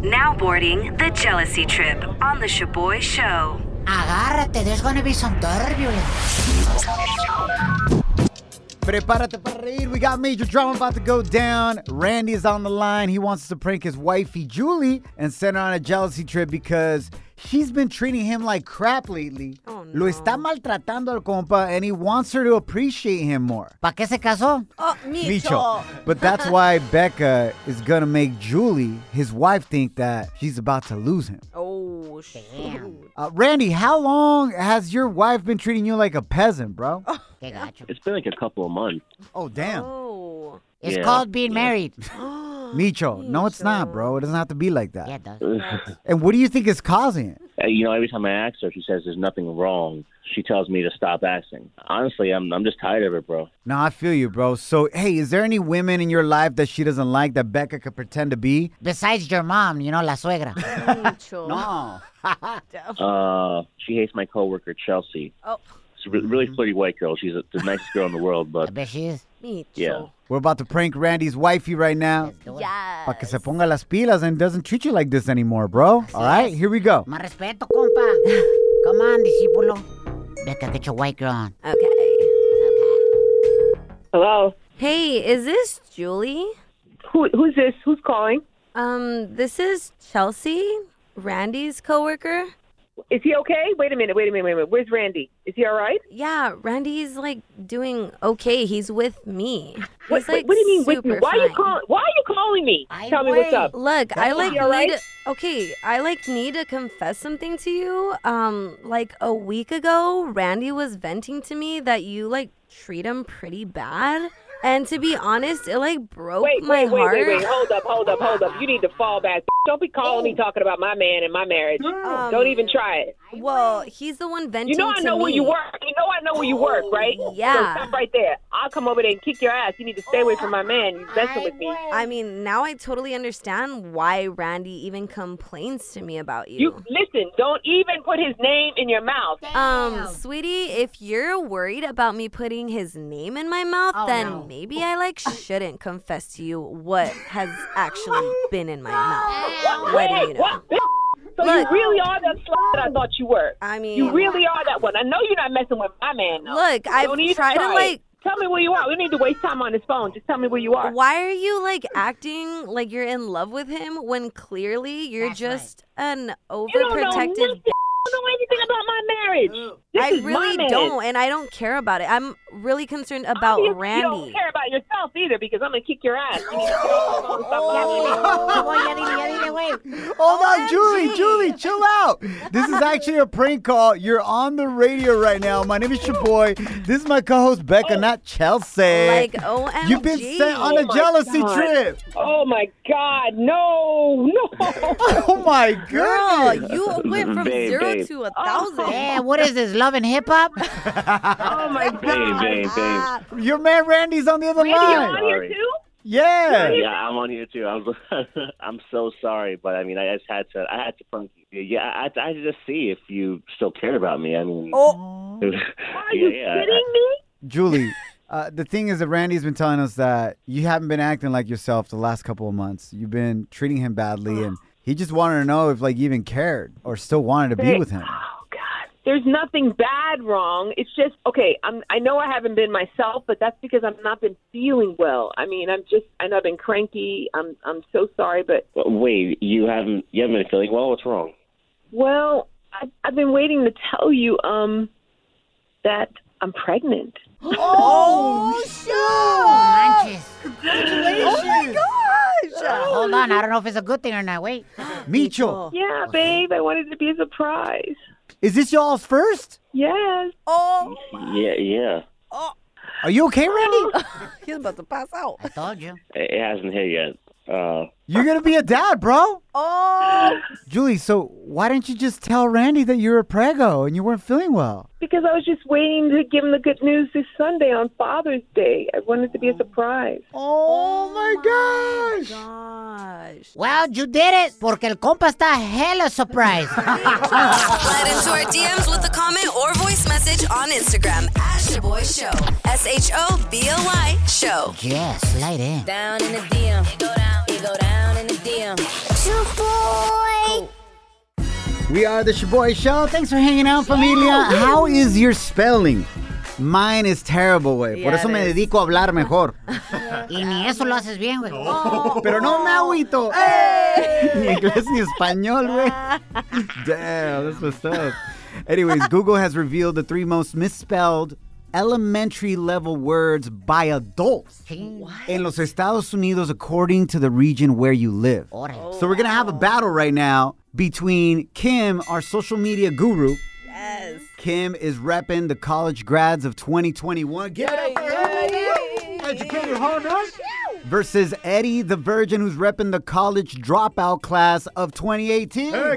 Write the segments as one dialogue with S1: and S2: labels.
S1: Now boarding the jealousy trip on the Shaboy Show.
S2: Agárrate, there's gonna be some turbulence.
S3: Prepárate para reír. We got major drama about to go down. Randy is on the line. He wants us to prank his wifey, Julie, and send her on a jealousy trip because she's been treating him like crap lately.
S4: Oh, no.
S3: Lo está maltratando al compa, and he wants her to appreciate him more.
S2: ¿Para qué se casó?
S4: Oh,
S3: Micho. But that's why Becca is gonna make Julie, his wife, think that she's about to lose him.
S4: Oh, shit.
S2: Damn.
S3: Uh, Randy, how long has your wife been treating you like a peasant, bro? Oh,
S2: Qué gacho.
S5: It's been like a couple of months.
S3: damn.
S4: Oh.
S2: It's
S5: Yeah.
S2: called being married.
S3: Micho, no, it's not, bro. It doesn't have to be like that.
S2: Yeah, it does.
S3: And what do you think is causing it?
S5: Uh, you know, every time I ask her, she says there's nothing wrong. She tells me to stop asking. Honestly, I'm I'm just tired of it, bro.
S3: No, I feel you, bro. So, hey, is there any women in your life that she doesn't like that Becca could pretend to be?
S2: Besides your mom, you know, la suegra.
S4: Micho.
S3: No.
S5: Uh, she hates my coworker Chelsea.
S4: Oh,
S5: She's a re- really flirty white girl. She's a, the nicest girl in the world,
S2: I
S5: but
S2: bet she is.
S4: Micho.
S5: Yeah.
S3: We're about to prank Randy's wifey right now.
S2: Let's do it.
S3: Para que
S4: Yes.
S3: se ponga las pilas and doesn't treat you like this anymore, bro. All right, here we go.
S2: Más respeto, compa. Come on, discípulo. Becca, get your white girl on.
S4: Okay.
S6: Hello.
S4: Hey, is this Julie?
S6: Who who's this? Who's calling?
S4: Um, this is Chelsea, Randy's coworker.
S6: Is he okay? Wait a minute, wait a minute, wait a minute. Where's Randy? Is he all right?
S4: Yeah, Randy's like doing okay. He's with me.
S6: What,
S4: He's, like,
S6: what do you mean with me?
S4: super
S6: Why are you
S4: fine.
S6: calling why are you calling me?
S2: I
S6: Tell me what's
S2: wait.
S6: up.
S4: Look, I
S2: That's
S4: like
S6: you
S4: need
S6: alright?
S4: okay, I like need to confess something to you. Um like a week ago, Randy was venting to me that you like treat him pretty bad. And to be honest, it like broke
S6: Wait,
S4: my
S6: wait, wait,
S4: heart. Oh.
S6: wait, wait, hold up, hold up, hold up. You need to fall back. Don't be calling me talking about my man and my marriage.
S4: Um,
S6: Don't even try it.
S4: Well, he's the one venting
S6: You know I
S4: to
S6: know where you
S4: me. Oh,
S6: work. You know I know where you work, right?
S4: yeah.
S6: So stop right there. I'll come over there and kick your ass. You need to stay away from my man. You're messing with me.
S4: I mean, now I totally understand why Randy even complains to me about
S6: You listen, don't even put his name in your mouth.
S4: Um, sweetie, if you're worried about me putting his name in my mouth,
S6: Oh,
S4: then maybe I like shouldn't confess to you what has actually been in my mouth. What do you
S6: Hey,
S4: know?
S6: what? So
S4: Look.
S6: you really are that slut that I thought you were.
S4: I mean,
S6: You really are that one. I know you're not messing with my man. Though.
S4: Look, I've
S6: Don't even
S4: tried to,
S6: try it.
S4: like-
S6: Tell me where you are. We don't need to waste time on this phone. Just tell me where you are.
S4: why are you like acting like you're in love with him when clearly you're
S2: That's right.
S4: just an
S6: You don't know
S4: overprotective?
S6: nothing. You don't know anything about my marriage. This
S4: I
S6: is my
S4: really
S6: man.
S4: don't, and I don't care about it. I'm really concerned about
S6: Obviously, You
S4: Randy.
S6: don't care about yourself either because I'm gonna kick your ass. You need to get off the phone and stop bothering me.
S2: Ya voy, ya dile, ya dile, güey.
S3: Hold on, Julie, Julie, chill out. This is actually a prank call. You're on the radio right now. My name is your boy. This is my co-host Becca, not Chelsea.
S4: Like, OMG.
S3: You've been sent on
S4: Oh
S3: a
S6: my
S3: jealousy
S6: God.
S3: trip.
S6: Oh my God! No, no.
S3: Oh my
S4: Girl,
S3: god.
S4: you went from
S5: Babe,
S4: zero
S5: babe.
S4: to a thousand.
S2: Yeah, Eh, what is this, love and hip hop?
S6: oh my God!
S5: babe, babe, babe.
S3: Your man Randy's on the other
S6: Randy, you're
S3: line.
S6: on here
S5: Sorry.
S6: too?
S3: Yeah.
S5: Yeah, I'm on here too. I'm I'm so sorry, but I mean, I just had to. I had to punk you. Yeah, I I had to just see if you still cared about me. I mean,
S3: Oh.
S5: yeah,
S6: Are you
S5: yeah, I-
S6: kidding me?
S3: Julie, uh, the thing is that Randy's been telling us that you haven't been acting like yourself the last couple of months. You've been treating him badly and he just wanted to know if like you even cared or still wanted to be
S6: Hey.
S3: with him.
S6: Oh God. There's nothing bad wrong. It's just okay. I'm. I know I haven't been myself, but that's because I've not been feeling well. I mean, I'm just. I know I've been cranky. I'm. I'm so sorry, but
S5: Wait, you haven't you haven't been feeling well? What's wrong?
S6: well, I, I've been waiting to tell you um that I'm pregnant.
S4: Oh,
S3: Oh,
S2: Manches.
S4: Gosh.
S2: Hold on, I don't know if it's a good thing or not. Wait.
S3: Micho,
S6: Yeah, babe. I wanted to be a surprise.
S3: is this y'all's first?
S6: Yes.
S4: Oh,
S5: Yeah, yeah.
S3: Are you okay, Randy?
S4: he's about to pass out.
S2: I told you.
S5: It it hasn't hit yet. Uh,
S3: You're gonna be a dad, bro.
S4: Oh,
S3: Julie, so why didn't you just tell Randy that you were a prego and you weren't feeling well?
S6: Because I was just waiting to give him the good news this Sunday on Father's Day. I wanted to be a surprise.
S3: Oh, my gosh!
S4: gosh.
S2: Wow, you did it. Porque el compa está hella surprised.
S1: Slide into our DMs with a comment or voice message on Instagram at Shaboy Show. S H O B O Y Show.
S2: yes, slide in.
S1: Down in the DM. It go down. It go down in the DM.
S3: We are the Shaboy Show. Thanks for hanging out, familia. How is your spelling? Mine is terrible, güey. Por
S4: Yeah,
S3: eso
S4: it
S3: me
S4: is.
S3: dedico a hablar mejor.
S2: Y ni eso lo haces bien, güey.
S3: Pero no me agüito. Ni inglés ni español, güey. Damn, that's what's up. Anyways, Google has revealed the three most misspelled elementary level words by adults in los Estados Unidos according to the region where you live.
S2: Órale.
S3: So we're gonna have a battle right now between Kim, our social media guru. Yes. Kim is repping the college grads of 2021. Give it up for her. Woo! Educated Honduras. Versus Eddie the Virgin, who's repping the college dropout class of 2018.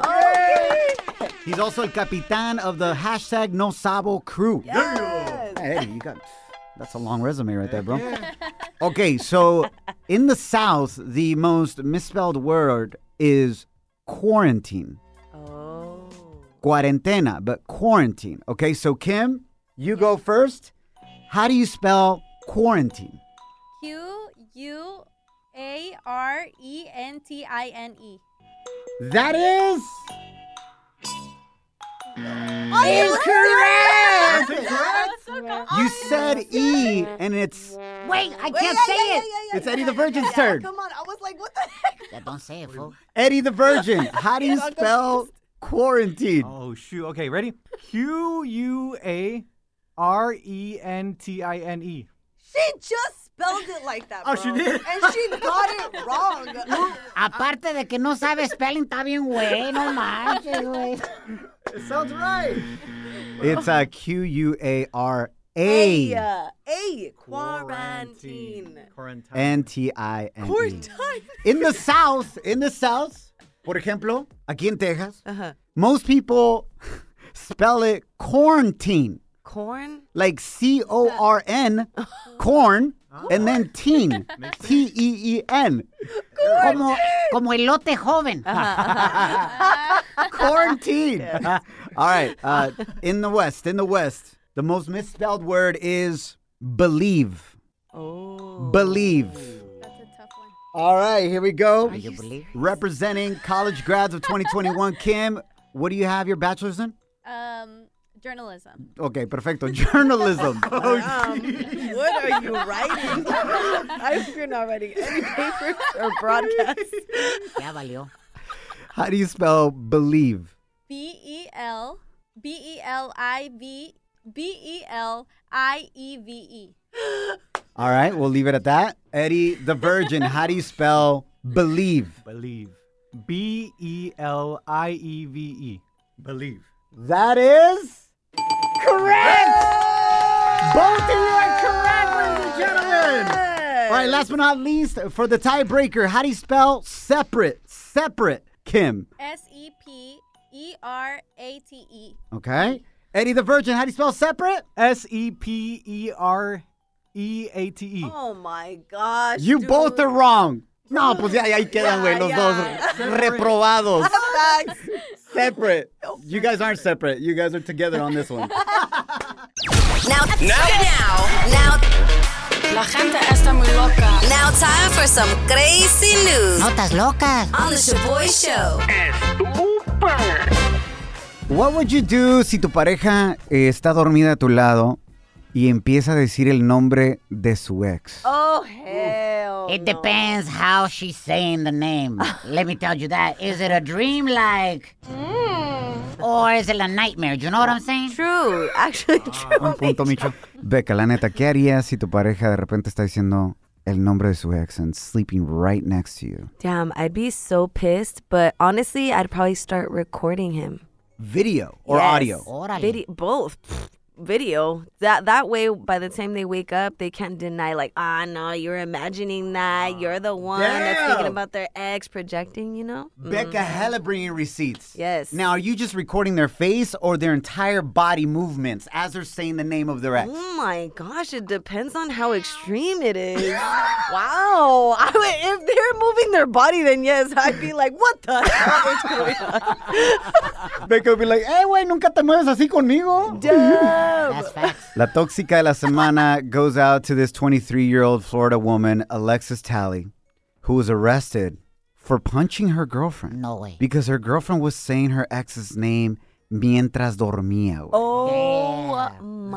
S3: He's also el capitan of the hashtag No Sabo crew. Hey, you got that's a long resume right there, bro. Okay, so in the South, the most misspelled word is quarantine.
S4: Oh.
S3: Cuarentena, but quarantine. Okay, so Kim, you go first. How do you spell quarantine?
S7: Q U A R E N T I N E.
S3: That is. Incorrect! You said E, and it's
S2: Wait, I can't say it.
S3: it's Eddie the Virgin's turn.
S2: Yeah, Don't say it, fool.
S3: Eddie the Virgin. How do you spell quarantine?
S8: Oh shoot. Okay, ready? Q U A R E N T I N E.
S9: She just spelled it like that.
S8: Oh, she
S9: bro.
S8: did?
S9: And she got it wrong.
S2: Aparte de que no sabe spelling, está bien, güey. No manches, güey.
S3: It sounds right. It's a Q U A R
S4: uh,
S3: A
S9: Yeah. A quarantine.
S8: Quarantine.
S3: N T I N E.
S9: Quarantine.
S3: In the South, in the South, por ejemplo, aquí en Texas, most people spell it quarantine,
S4: Corn?
S3: like C O R N, corn, and then teen, T E E N.
S2: Como, como elote joven.
S3: Quarantine. All right. Uh, in the West, in the West, the most misspelled word is believe.
S4: Oh.
S3: Believe.
S7: That's a tough one.
S3: All right, here we go.
S2: Do you believe?
S3: Representing college grads of 2021, Kim, what do you have your bachelor's in?
S7: Um, journalism.
S3: Okay, perfecto. Journalism.
S9: What are you writing? I you're not writing any papers or broadcasts.
S2: Ya valió.
S3: How do you spell believe?
S7: B E L B E L I V B E L I E V E.
S3: All right, we'll leave it at that. Eddie the Virgin, how do you spell believe?
S8: Believe. B E L I E V E. Believe.
S3: That is correct. Both of you are correct, ladies and gentlemen. All right, last but not least, for the tiebreaker, how do you spell separate? Separate, Kim.
S7: S E P E R A T E.
S3: Okay. Eddie the Virgin, how do you spell separate?
S8: S E P E R E A T E.
S9: Oh my gosh.
S3: You
S9: dude.
S3: both are wrong. No, pues ya, ya ahí quedan, güey, los dos reprobados.
S9: Facts.
S3: Separate. You guys aren't separate. You guys are together on this one.
S1: Now, now, now, now. Now, time for some crazy news
S2: Notas locas.
S1: on the Shaboy Show.
S3: What would you do si tu pareja eh, está dormida a tu lado y empieza a decir el nombre de su ex?
S9: Oh hell.
S2: It
S9: no.
S2: depends how she's saying the name. Let me tell you that. Is it a dream like? Or is it a nightmare? Do you know what I'm saying?
S4: True. Actually, true.
S3: Un punto, Micho. Beca, la neta, ¿qué harías si tu pareja de repente está diciendo el nombre de su ex and sleeping right next to you?
S4: Damn, I'd be so pissed, but honestly, I'd probably start recording him.
S3: Video or
S4: Yes.
S3: audio?
S2: Órale.
S4: Video, both. Pfft, video. That that way, by the time they wake up, they can't deny like, ah, no, you're imagining that. You're the one that's thinking
S3: damn.
S4: about their ex, projecting. You know.
S3: Becca
S2: Mm.
S3: hella bringing receipts.
S4: Yes.
S3: Now, are you just recording their face or their entire body movements as they're saying the name of their ex?
S2: Mm.
S4: Oh my gosh, it depends on how extreme it is. wow. I would, if they're moving their body, then yes, I'd be like, what the hell is going on?
S3: Becca would be like, hey, wey, nunca te mueves así conmigo.
S4: That's
S2: facts.
S3: La Tóxica de la Semana goes out to this 23 year old Florida woman, Alexis Talley, who was arrested for punching her girlfriend.
S2: No way.
S3: Because her girlfriend was saying her ex's name mientras dormía. güey.
S4: Oh,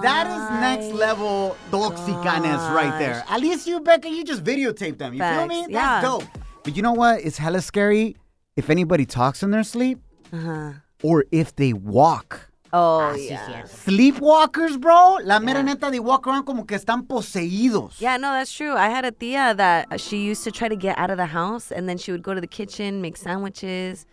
S3: That is next level toxicaness right there. At least you, Becca, you just videotape them. You feel
S4: Facts,
S3: me? That's
S4: yeah.
S3: dope. But you know what? It's hella scary if anybody talks in their sleep
S4: Uh-huh.
S3: or if they walk.
S9: Ah,
S4: Oh,
S2: Así
S4: yeah.
S2: cierto.
S3: Sleepwalkers, bro. La mera neta, they walk around como que están poseídos.
S4: Yeah, no, that's true. I had a tia that she used to try to get out of the house, and then she would go to the kitchen, make sandwiches.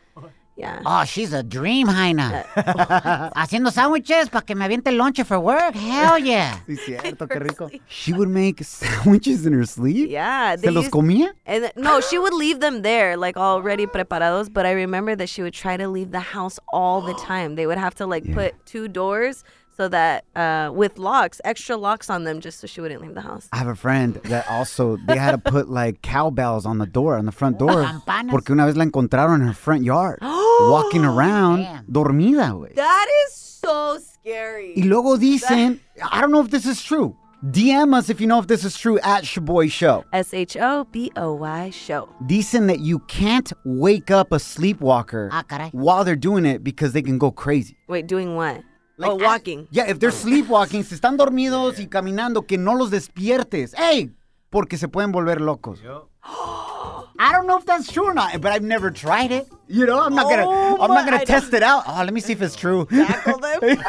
S4: Yeah.
S2: Oh, she's a dream, Jaina. Haciendo sándwiches para que me aviente el lonche for work. Hell yeah.
S3: Sí, cierto, qué rico. She would make sandwiches in her sleep.
S4: Yeah.
S3: Se los comía?
S4: And th- no, she would leave them there, like already preparados. But I remember that she would try to leave the house all the time. They would have to like put two doors so that uh, with locks, extra locks on them, just so she wouldn't leave the house.
S3: I have a friend that also they had to put like cowbells on the door on the front door
S2: Campanas.
S3: porque una vez la encontraron in her front yard walking around
S2: Damn.
S3: dormida, güey.
S9: That is so scary.
S3: Y luego dicen, I don't know if this is true. DM us if you know if this is true at Shaboy Show.
S4: S H O B O Y show.
S3: Dicen that you can't wake up a sleepwalker
S2: Ah, caray.
S3: while they're doing it because they can go crazy.
S4: Wait, doing what?
S3: Like,
S4: oh, walking.
S3: Yeah, if they're sleepwalking, si están dormidos y caminando, que no los despiertes. ¡Ey! Porque se pueden volver locos. I don't know if that's true or not, but I've never tried it. You know, I'm not gonna,
S9: Oh,
S3: I'm not
S9: but
S3: gonna
S9: I
S3: test it out. Oh, let me see if it's true.
S9: Tackle them. Damn.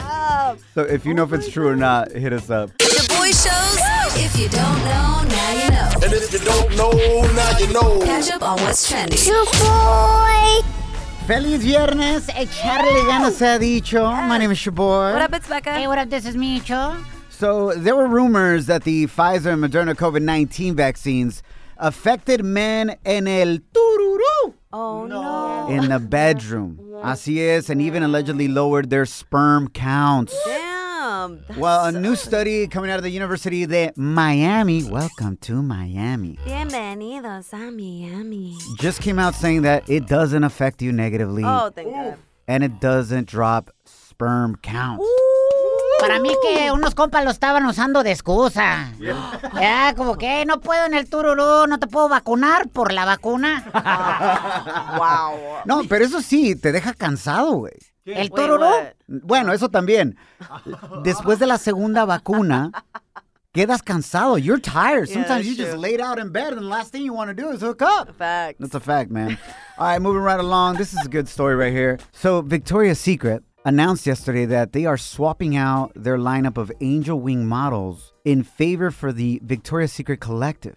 S9: Oh
S3: So if you know if it's true or not, hit us up.
S1: The boy shows. If you don't know, now you know. And if you don't know, now you know. Catch up on what's trending.
S3: Feliz viernes, echarle ganas se ha dicho. My name is your boy.
S4: What up, it's Becca.
S2: Hey, what up? This is me, Cho.
S3: So there were rumors that the Pfizer and Moderna COVID-19 vaccines affected men en el tururú.
S4: oh no.
S3: in the bedroom. Así es, and even allegedly lowered their sperm counts.
S4: Damn. That's
S3: Well, a
S4: so-
S3: new study coming out of the University de Miami, welcome to Miami,
S4: Bienvenidos a Miami.
S3: just came out saying that it doesn't affect you negatively
S4: Oh, thank God.
S3: and it doesn't drop sperm counts.
S2: Para mí que unos compas lo estaban usando de excusa. Ya, como que no puedo en el tururú, no te puedo vacunar por la vacuna.
S9: Wow.
S3: No, pero eso sí, te deja cansado, güey.
S2: El
S4: Wait,
S2: tururú.
S3: eh?
S4: what?
S3: Bueno, eso también. Después de la segunda vacuna, quedas cansado. You're tired.
S4: Yeah,
S3: Sometimes
S4: that's
S3: you just
S4: true.
S3: laid out in bed and the last thing you want to do is hook up.
S4: Facts.
S3: That's a fact, man. All right, moving right along. This is a good story right here. So, Victoria's Secret announced yesterday that they are swapping out their lineup of angel wing models in favor for the Victoria's Secret collective.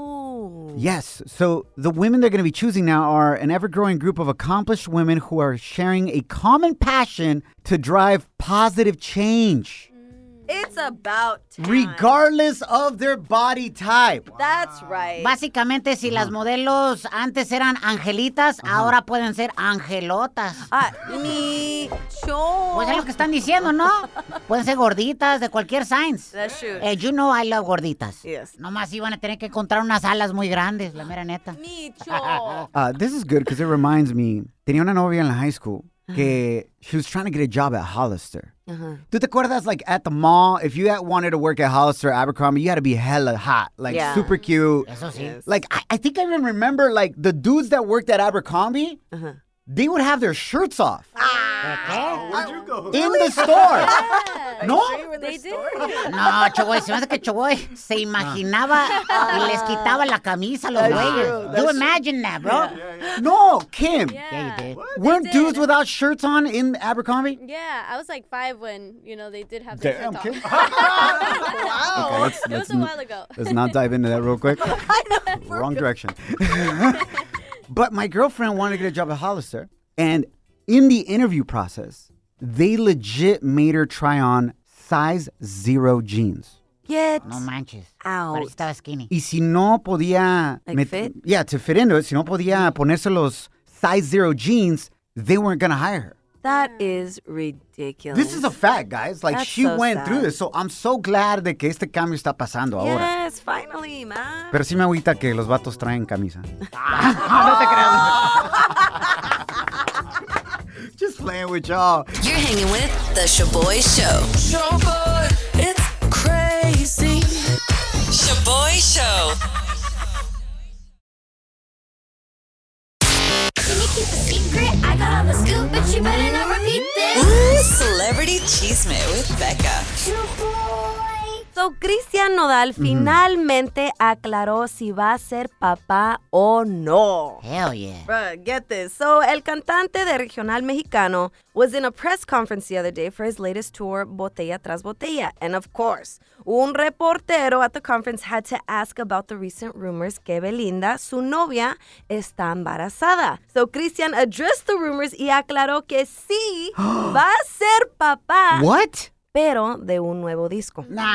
S4: Oh.
S3: Yes. So, the women they're going to be choosing now are an ever growing group of accomplished women who are sharing a common passion to drive positive change,
S4: It's about time.
S3: regardless of their body type.
S4: That's right.
S2: Básicamente, si las modelos antes eran angelitas, ahora pueden ser angelotas.
S4: Ah, mi
S2: Pues es lo
S4: show.
S2: que están diciendo, ¿no? Pueden ser gorditas, de cualquier science.
S4: That's true.
S2: Eh, you know I love gorditas.
S4: Yes.
S2: Nomás iban a tener que encontrar unas alas muy grandes, la mera neta.
S7: Me cho.
S3: Uh, this is good because it reminds me. Tenía una novia in high school que she was trying to get a job at Hollister.
S4: Uh-huh.
S3: ¿Tú te acuerdas, like, at the mall, if you had wanted to work at Hollister, Abercrombie, you had to be hella hot, like,
S4: Yeah.
S3: super cute.
S2: Eso sí.
S3: Like, I, I think I even remember, like, the dudes that worked at Abercrombie,
S4: Uh-huh.
S3: they would have their shirts off
S8: Oh, Where'd you go?
S3: in the store. no,
S4: They did.
S2: No, Choboy, se me hace que Choboy se imaginaba y les quitaba la camisa a los güeyes. You imagine that, bro.
S3: no, Kim.
S2: Yeah, you did.
S3: Weren't dudes without shirts on in Abercrombie?
S7: Yeah, I was like five when you know they did have their
S3: Damn,
S7: shirt
S3: Kim.
S7: off.
S3: Okay, let's-
S7: It was
S3: let's
S7: a
S3: n-
S7: while ago.
S3: Let's not dive into that real quick. Wrong direction. but my girlfriend wanted to get a job at Hollister, and in the interview process, they legit made her try on size zero jeans.
S4: Get
S2: No manches.
S4: out.
S2: But estaba skinny.
S3: Y si no podía.
S4: Like
S3: met-
S4: fit? Mm.
S3: Yeah, to fit into it. Si no podía ponerse los size zero jeans, they weren't going to hire her.
S4: That is ridiculous.
S3: This is a fact, guys. Like,
S4: Oh. That's
S3: she
S4: so
S3: went
S4: sad.
S3: through this. So I'm so glad de que este cambio está pasando ahora.
S4: Yes, finally, man.
S3: Pero sí me agüita que los vatos traen camisa. Just playing with y'all.
S1: You're hanging with The Shaboy Show.
S10: Shaboy, it's crazy. Shaboy Show.
S1: Ooh, Celebrity Chisme with Becca.
S4: So, Cristian Nodal finalmente aclaró si va a ser papá o no.
S2: Hell yeah.
S4: Bruh, get this. So, el cantante de Regional Mexicano was in a press conference the other day for his latest tour, Botella Tras Botella. And of course, un reportero at the conference had to ask about the recent rumors que Belinda, su novia, está embarazada. So, Christian addressed the rumors y aclaró que sí va a ser papá,
S3: What?
S4: pero de un nuevo disco.
S3: Nah.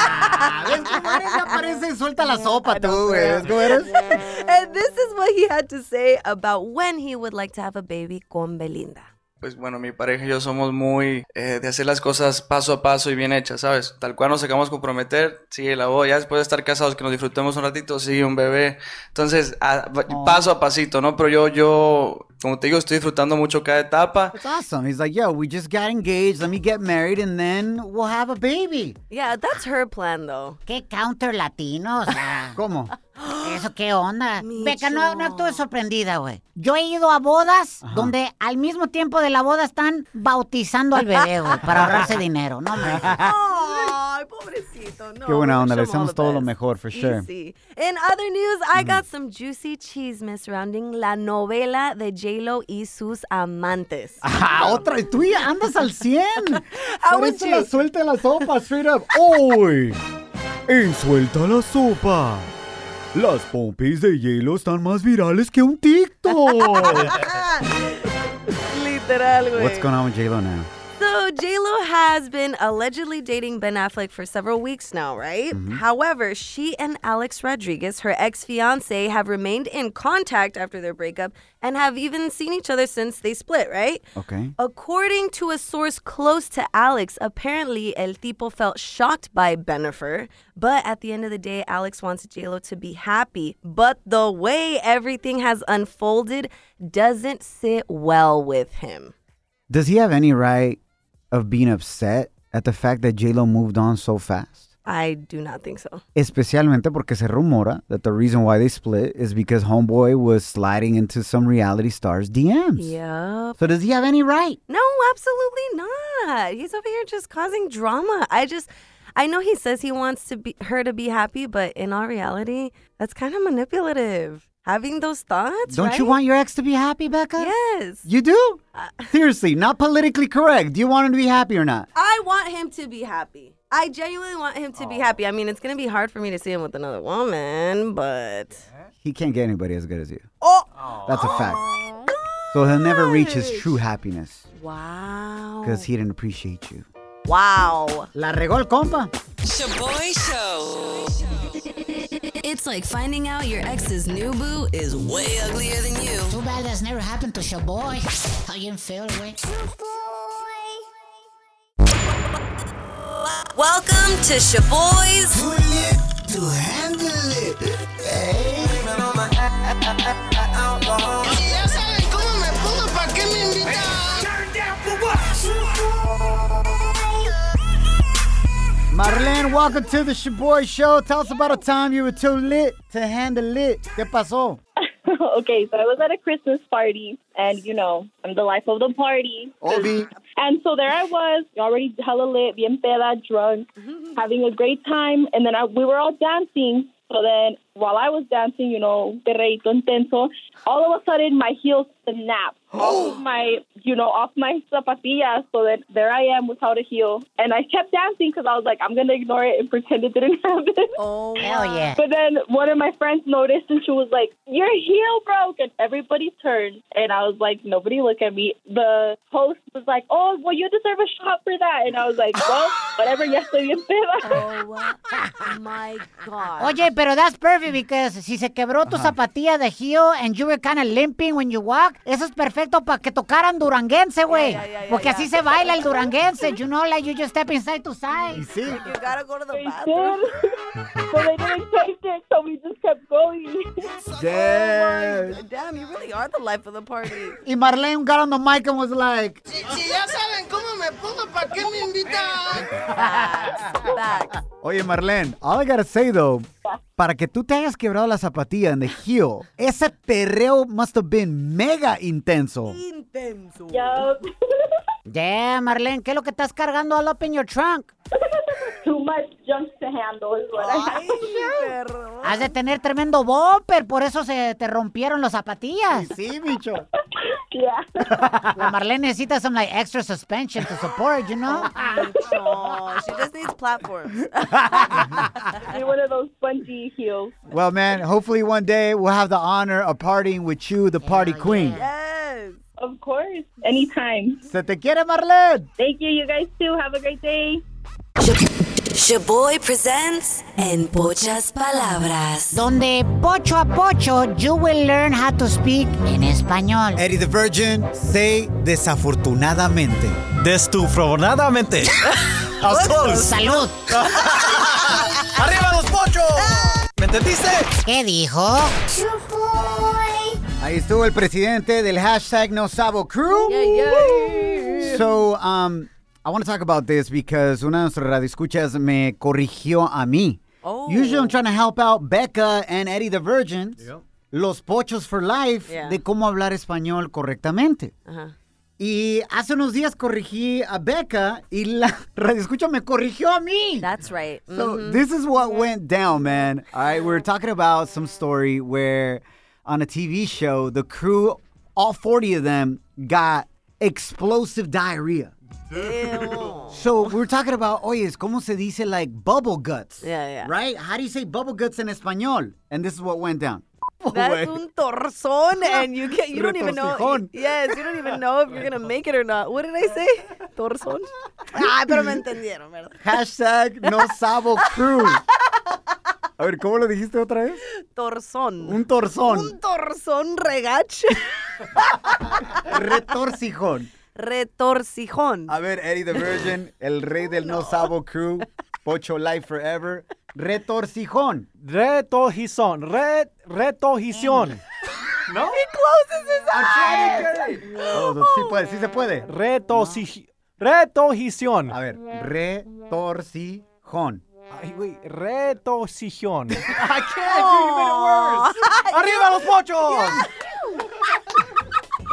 S3: Ah, ¿Ves cómo eres? Ya Aparece y suelta la sopa tú, güey. ¿Ves cómo eres?
S4: And this is what he had to say about when he would like to have a baby con Belinda.
S11: Pues bueno, mi pareja y yo somos muy eh, de hacer las cosas paso a paso y bien hechas, ¿sabes? Tal cual nos acabamos de comprometer, sí, la boda, ya después de estar casados, que nos disfrutemos un ratito, sí, un bebé. Entonces, a- va- paso a pasito, ¿no? Pero yo, yo, como te digo, estoy disfrutando mucho cada etapa.
S3: It's awesome. He's like, yo, we just got engaged. Let me get married and then we'll have a baby.
S4: Yeah, that's her plan though.
S2: Qué counter latino, o sea.
S3: ¿Cómo?
S2: ¿Eso qué onda?
S4: Micho.
S2: Beca, no, no actúes sorprendida, güey. Yo he ido a bodas donde al mismo tiempo de la boda están bautizando al bebé, güey, para ahorrarse dinero. No, manches.
S4: Ay, pobrecito. No,
S3: Qué buena
S4: we
S3: onda. Le
S4: wish him all
S3: deseamos
S4: the
S3: todo lo
S4: best.
S3: mejor, for sure. Mm.
S4: Easy. In other news, I got some juicy chismes surrounding la novela de J-Lo y sus amantes.
S3: Ah, otra. Tú ya andas al 100.
S4: How
S3: Por
S4: would
S3: eso
S4: you-
S3: la suelta la sopa, straight up. ¡Hoy! En Suelta la Sopa. Las pompis de hielo están más virales que un TikTok.
S4: Literal, güey.
S3: What's going on with J-Lo now?
S4: So J-Lo has been allegedly dating Ben Affleck for several weeks now, right?
S3: Mm-hmm.
S4: However, she and Alex Rodriguez, her ex-fiance, have remained in contact after their breakup and have even seen each other since they split, right?
S3: Okay.
S4: According to a source close to Alex, apparently El Tipo felt shocked by Benifer, but at the end of the day, Alex wants JLo to be happy. But the way everything has unfolded doesn't sit well with him.
S3: Does he have any right of being upset at the fact that J-Lo moved on so fast?
S4: I do not think so.
S3: Especialmente porque se rumora that the reason why they split is because Homeboy was sliding into some reality star's DMs.
S4: Yep.
S3: So does he have any right?
S4: No, absolutely not. He's over here just causing drama. I just I know he says he wants to be her to be happy, but in all reality, that's kind of manipulative. Having those thoughts,
S3: Don't you
S4: right?
S3: want your ex to be happy, Becca?
S4: Yes. Uh,
S3: You do? Seriously, not politically correct. Do you want him to be happy or not?
S4: I want him to be happy. I genuinely want him to be happy. I mean, it's gonna be hard for me to see him with another woman, but
S3: He can't get anybody as good as you.
S4: oh,
S3: That's a fact. So he'll never reach his true happiness
S4: wow,
S3: because he didn't appreciate you.
S4: wow.
S3: La regó el compa.
S10: Shaboy Show.
S1: It's like finding out your ex's new boo is way uglier than you.
S2: Too bad that's never happened to your boy. How you feel, güey?
S1: Welcome to Shaboy's
S3: Marlene, welcome to the Shaboy Show. Tell us about a time you were too lit to handle it. ¿Qué pasó?
S12: okay, so I was at a Christmas party, and you know, I'm the life of the party.
S3: Obi.
S12: And so there I was, already hella lit, bien peda, drunk, having a great time. And then I, we were all dancing. So then
S6: while I was dancing, you know, perreito intenso, all of a sudden my heels snapped off of my, you know, off my zapatillas. So that there I am without a heel. And I kept dancing because I was like, I'm going to ignore it and pretend it didn't happen. Oh,
S2: Hell wow. yeah.
S6: But then one of my friends noticed and she was like, Your heel broke. And everybody turned. And I was like, Nobody look at me. The host was like, Oh, well, you deserve a shot for that. And I was like, Well, whatever, yes, I am.
S4: Oh my god.
S2: Oye, pero that's perfect because si se quebró tu zapatilla de heel and you were kind of limping when you walk, eso es perfecto para que tocaran duranguense, güey.
S4: yeah, yeah, yeah,
S2: Porque
S4: yeah.
S2: así se baila el duranguense. You know, like you just step inside to side.
S3: sí.
S13: You gotta go to the bathroom.
S6: did. so they didn't taste it. So we just kept going.
S3: Damn.
S13: Damn, you really are the life of the party.
S3: Y Marlene got on the mic and was like,
S13: Si ya saben cómo me pongo, ¿para qué me invitan?
S3: Oye, Marlene, all I gotta say though, para que tú te hayas quebrado la zapatilla en the heel, ese perreo must have been mega intenso.
S13: Intenso.
S2: Damn, Marlene, ¿qué es lo que estás cargando all up in your trunk?
S6: Too much junk to handle is what I have.
S2: Has de tener tremendo bumper, por eso se te rompieron los zapatillas.
S3: Sí, bicho.
S6: Yeah.
S2: La Marlene necesita some like extra suspension to support, you know?
S13: Oh, she just needs platforms.
S6: You're one of those spongy heels.
S3: Well, man, hopefully one day we'll have the honor of partying with you, the party queen.
S13: Yes.
S6: Of course. Anytime.
S3: Se te quiere, Marlene.
S6: Thank you, you guys too. Have a great day.
S14: Shaboy presents En Pochas Palabras.
S2: Donde pocho a pocho, you will learn how to speak en español.
S3: Eddie the Virgin, say desafortunadamente.
S15: Destufronadamente. I was close.
S2: Salud.
S15: ¡Arriba los
S9: Ah.
S15: pochos! ¿Me entendiste?
S2: ¿Qué dijo?
S3: Ahí estuvo el presidente del hashtag No Sabo Crew. So, um, I want to talk about this because una de nuestras radioescuchas me corrigió a mí.
S13: Oh.
S3: Usually I'm trying to help out Becca and Eddie the Virgin, los pochos for life,
S13: Yeah.
S3: de cómo hablar español correctamente.
S13: Ajá.
S3: Y hace unos días corrigí a Becca y la radioescucha me corrigió a mí.
S4: That's right.
S3: So
S13: Mm-hmm.
S4: Mhm.
S3: this is what went down, man. All right, we're talking about some story where on a TV show, the crew, all 40 of them, got explosive diarrhea.
S13: Ew.
S3: So we're talking about, oye, es como se dice like bubble guts,
S13: Yeah, yeah.
S3: right? How do you say bubble guts in español? And this is what went down.
S4: That's
S3: Güey.
S4: un torzón, and you can you don't even know.
S3: Retorcijón.
S4: Yes, you don't even know if you're gonna make it or not. What did I say? Torzón. Ah, pero me entendieron, verdad.
S3: Hashtag no sabo crew. A ver, ¿cómo lo dijiste otra vez?
S4: Torzón.
S3: Un torzón.
S4: Un torzón regache.
S3: Retorcijón.
S4: Retorcijón.
S3: A ver, Eddie the Virgin, el rey del no, sabo crew, Pocho Life Forever, retorcijón.
S8: Retojizón. Re, retojizón. ¿No?
S4: He closes his eyes.
S3: Oh, sí, puede, sí se puede.
S8: Retosi- Retojizón.
S3: A ver, retorcijón.
S8: Ay, güey. Retojizón.
S3: I can't do
S8: ¡Arriba los pochos!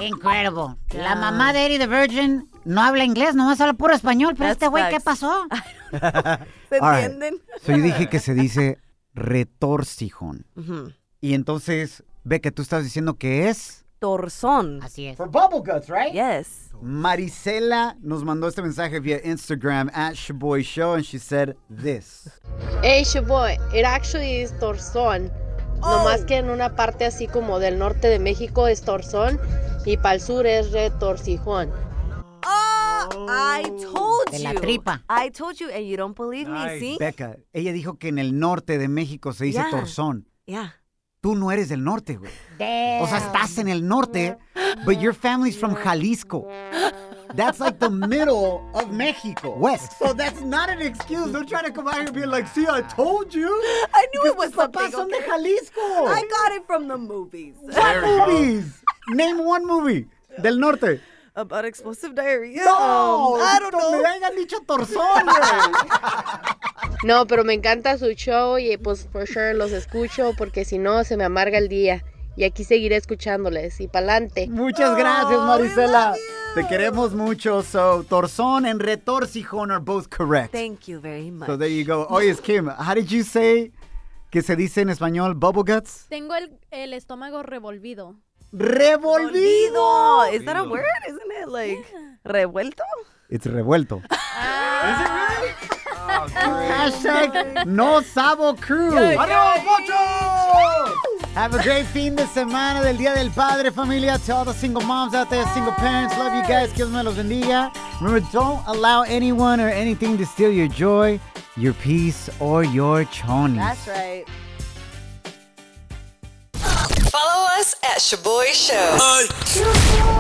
S2: Incredible. La mamá de Eddie the Virgin no habla inglés, nomás habla puro español. Pero
S4: That's
S2: este güey, ¿qué
S4: facts.
S2: pasó?
S4: ¿Se
S3: All right.
S4: entienden?
S3: So yo dije que se dice retorcijón.
S4: Ujú.
S3: Y entonces, ve que tú estás diciendo que es.
S4: Torzón.
S2: Así es.
S3: For bubble guts, right?
S4: Yes.
S3: Marisela nos mandó este mensaje via Instagram at Shaboy Show and she said this.
S7: Hey, Shaboy, it actually is torzón. No más que en una parte así como del norte de México es torzón y para el sur es retorcijón.
S4: Oh, I told
S2: De
S4: you.
S2: la tripa.
S4: I told you, and you don't believe me, ¿sí?
S3: Becca, ella dijo que en el norte de México se dice
S4: Yeah.
S3: torzón.
S4: Yeah.
S3: Tú no eres del norte, güey. O sea,
S2: Damn.
S3: estás en el norte, but your family's from Jalisco. That's like the middle of Mexico. West. So that's not an excuse. Don't try to come out here being like, see, I told you.
S4: I knew it was
S3: Tus papás son
S4: something.
S3: de
S4: okay?
S3: Jalisco.
S4: I got it from the movies.
S3: What movies? Name one movie del norte.
S4: About explosive diarrhea.
S3: No,
S4: Um, I don't
S3: no me
S4: know.
S3: hayan dicho torzón, güey.
S7: No, pero me encanta su show y pues for sure los escucho porque si no se me amarga el día. Y aquí seguiré escuchándoles y pa'lante.
S3: Muchas gracias,
S4: Oh,
S3: Marisela. Te queremos mucho. So, torzón and retorcijón are both correct.
S4: Thank you very much.
S3: So there you go. Oye, Kim, how did you say que se dice en español bubble guts?
S16: Tengo el, el estómago revolvido.
S3: ¡Revolvido!
S9: Is that a word? Isn't it like revuelto?
S3: It's revuelto.
S9: Hashtag
S3: no sabo crew.
S17: ¡Arriba,
S3: Have a great fin de semana del Día del Padre, familia. To all the single moms out there, single parents, love you guys. Que Dios me los bendiga. Remember, don't allow anyone or anything to steal your joy, your peace, or your chonies.
S9: That's right.
S10: Follow us at Shaboy Show.
S17: Ay.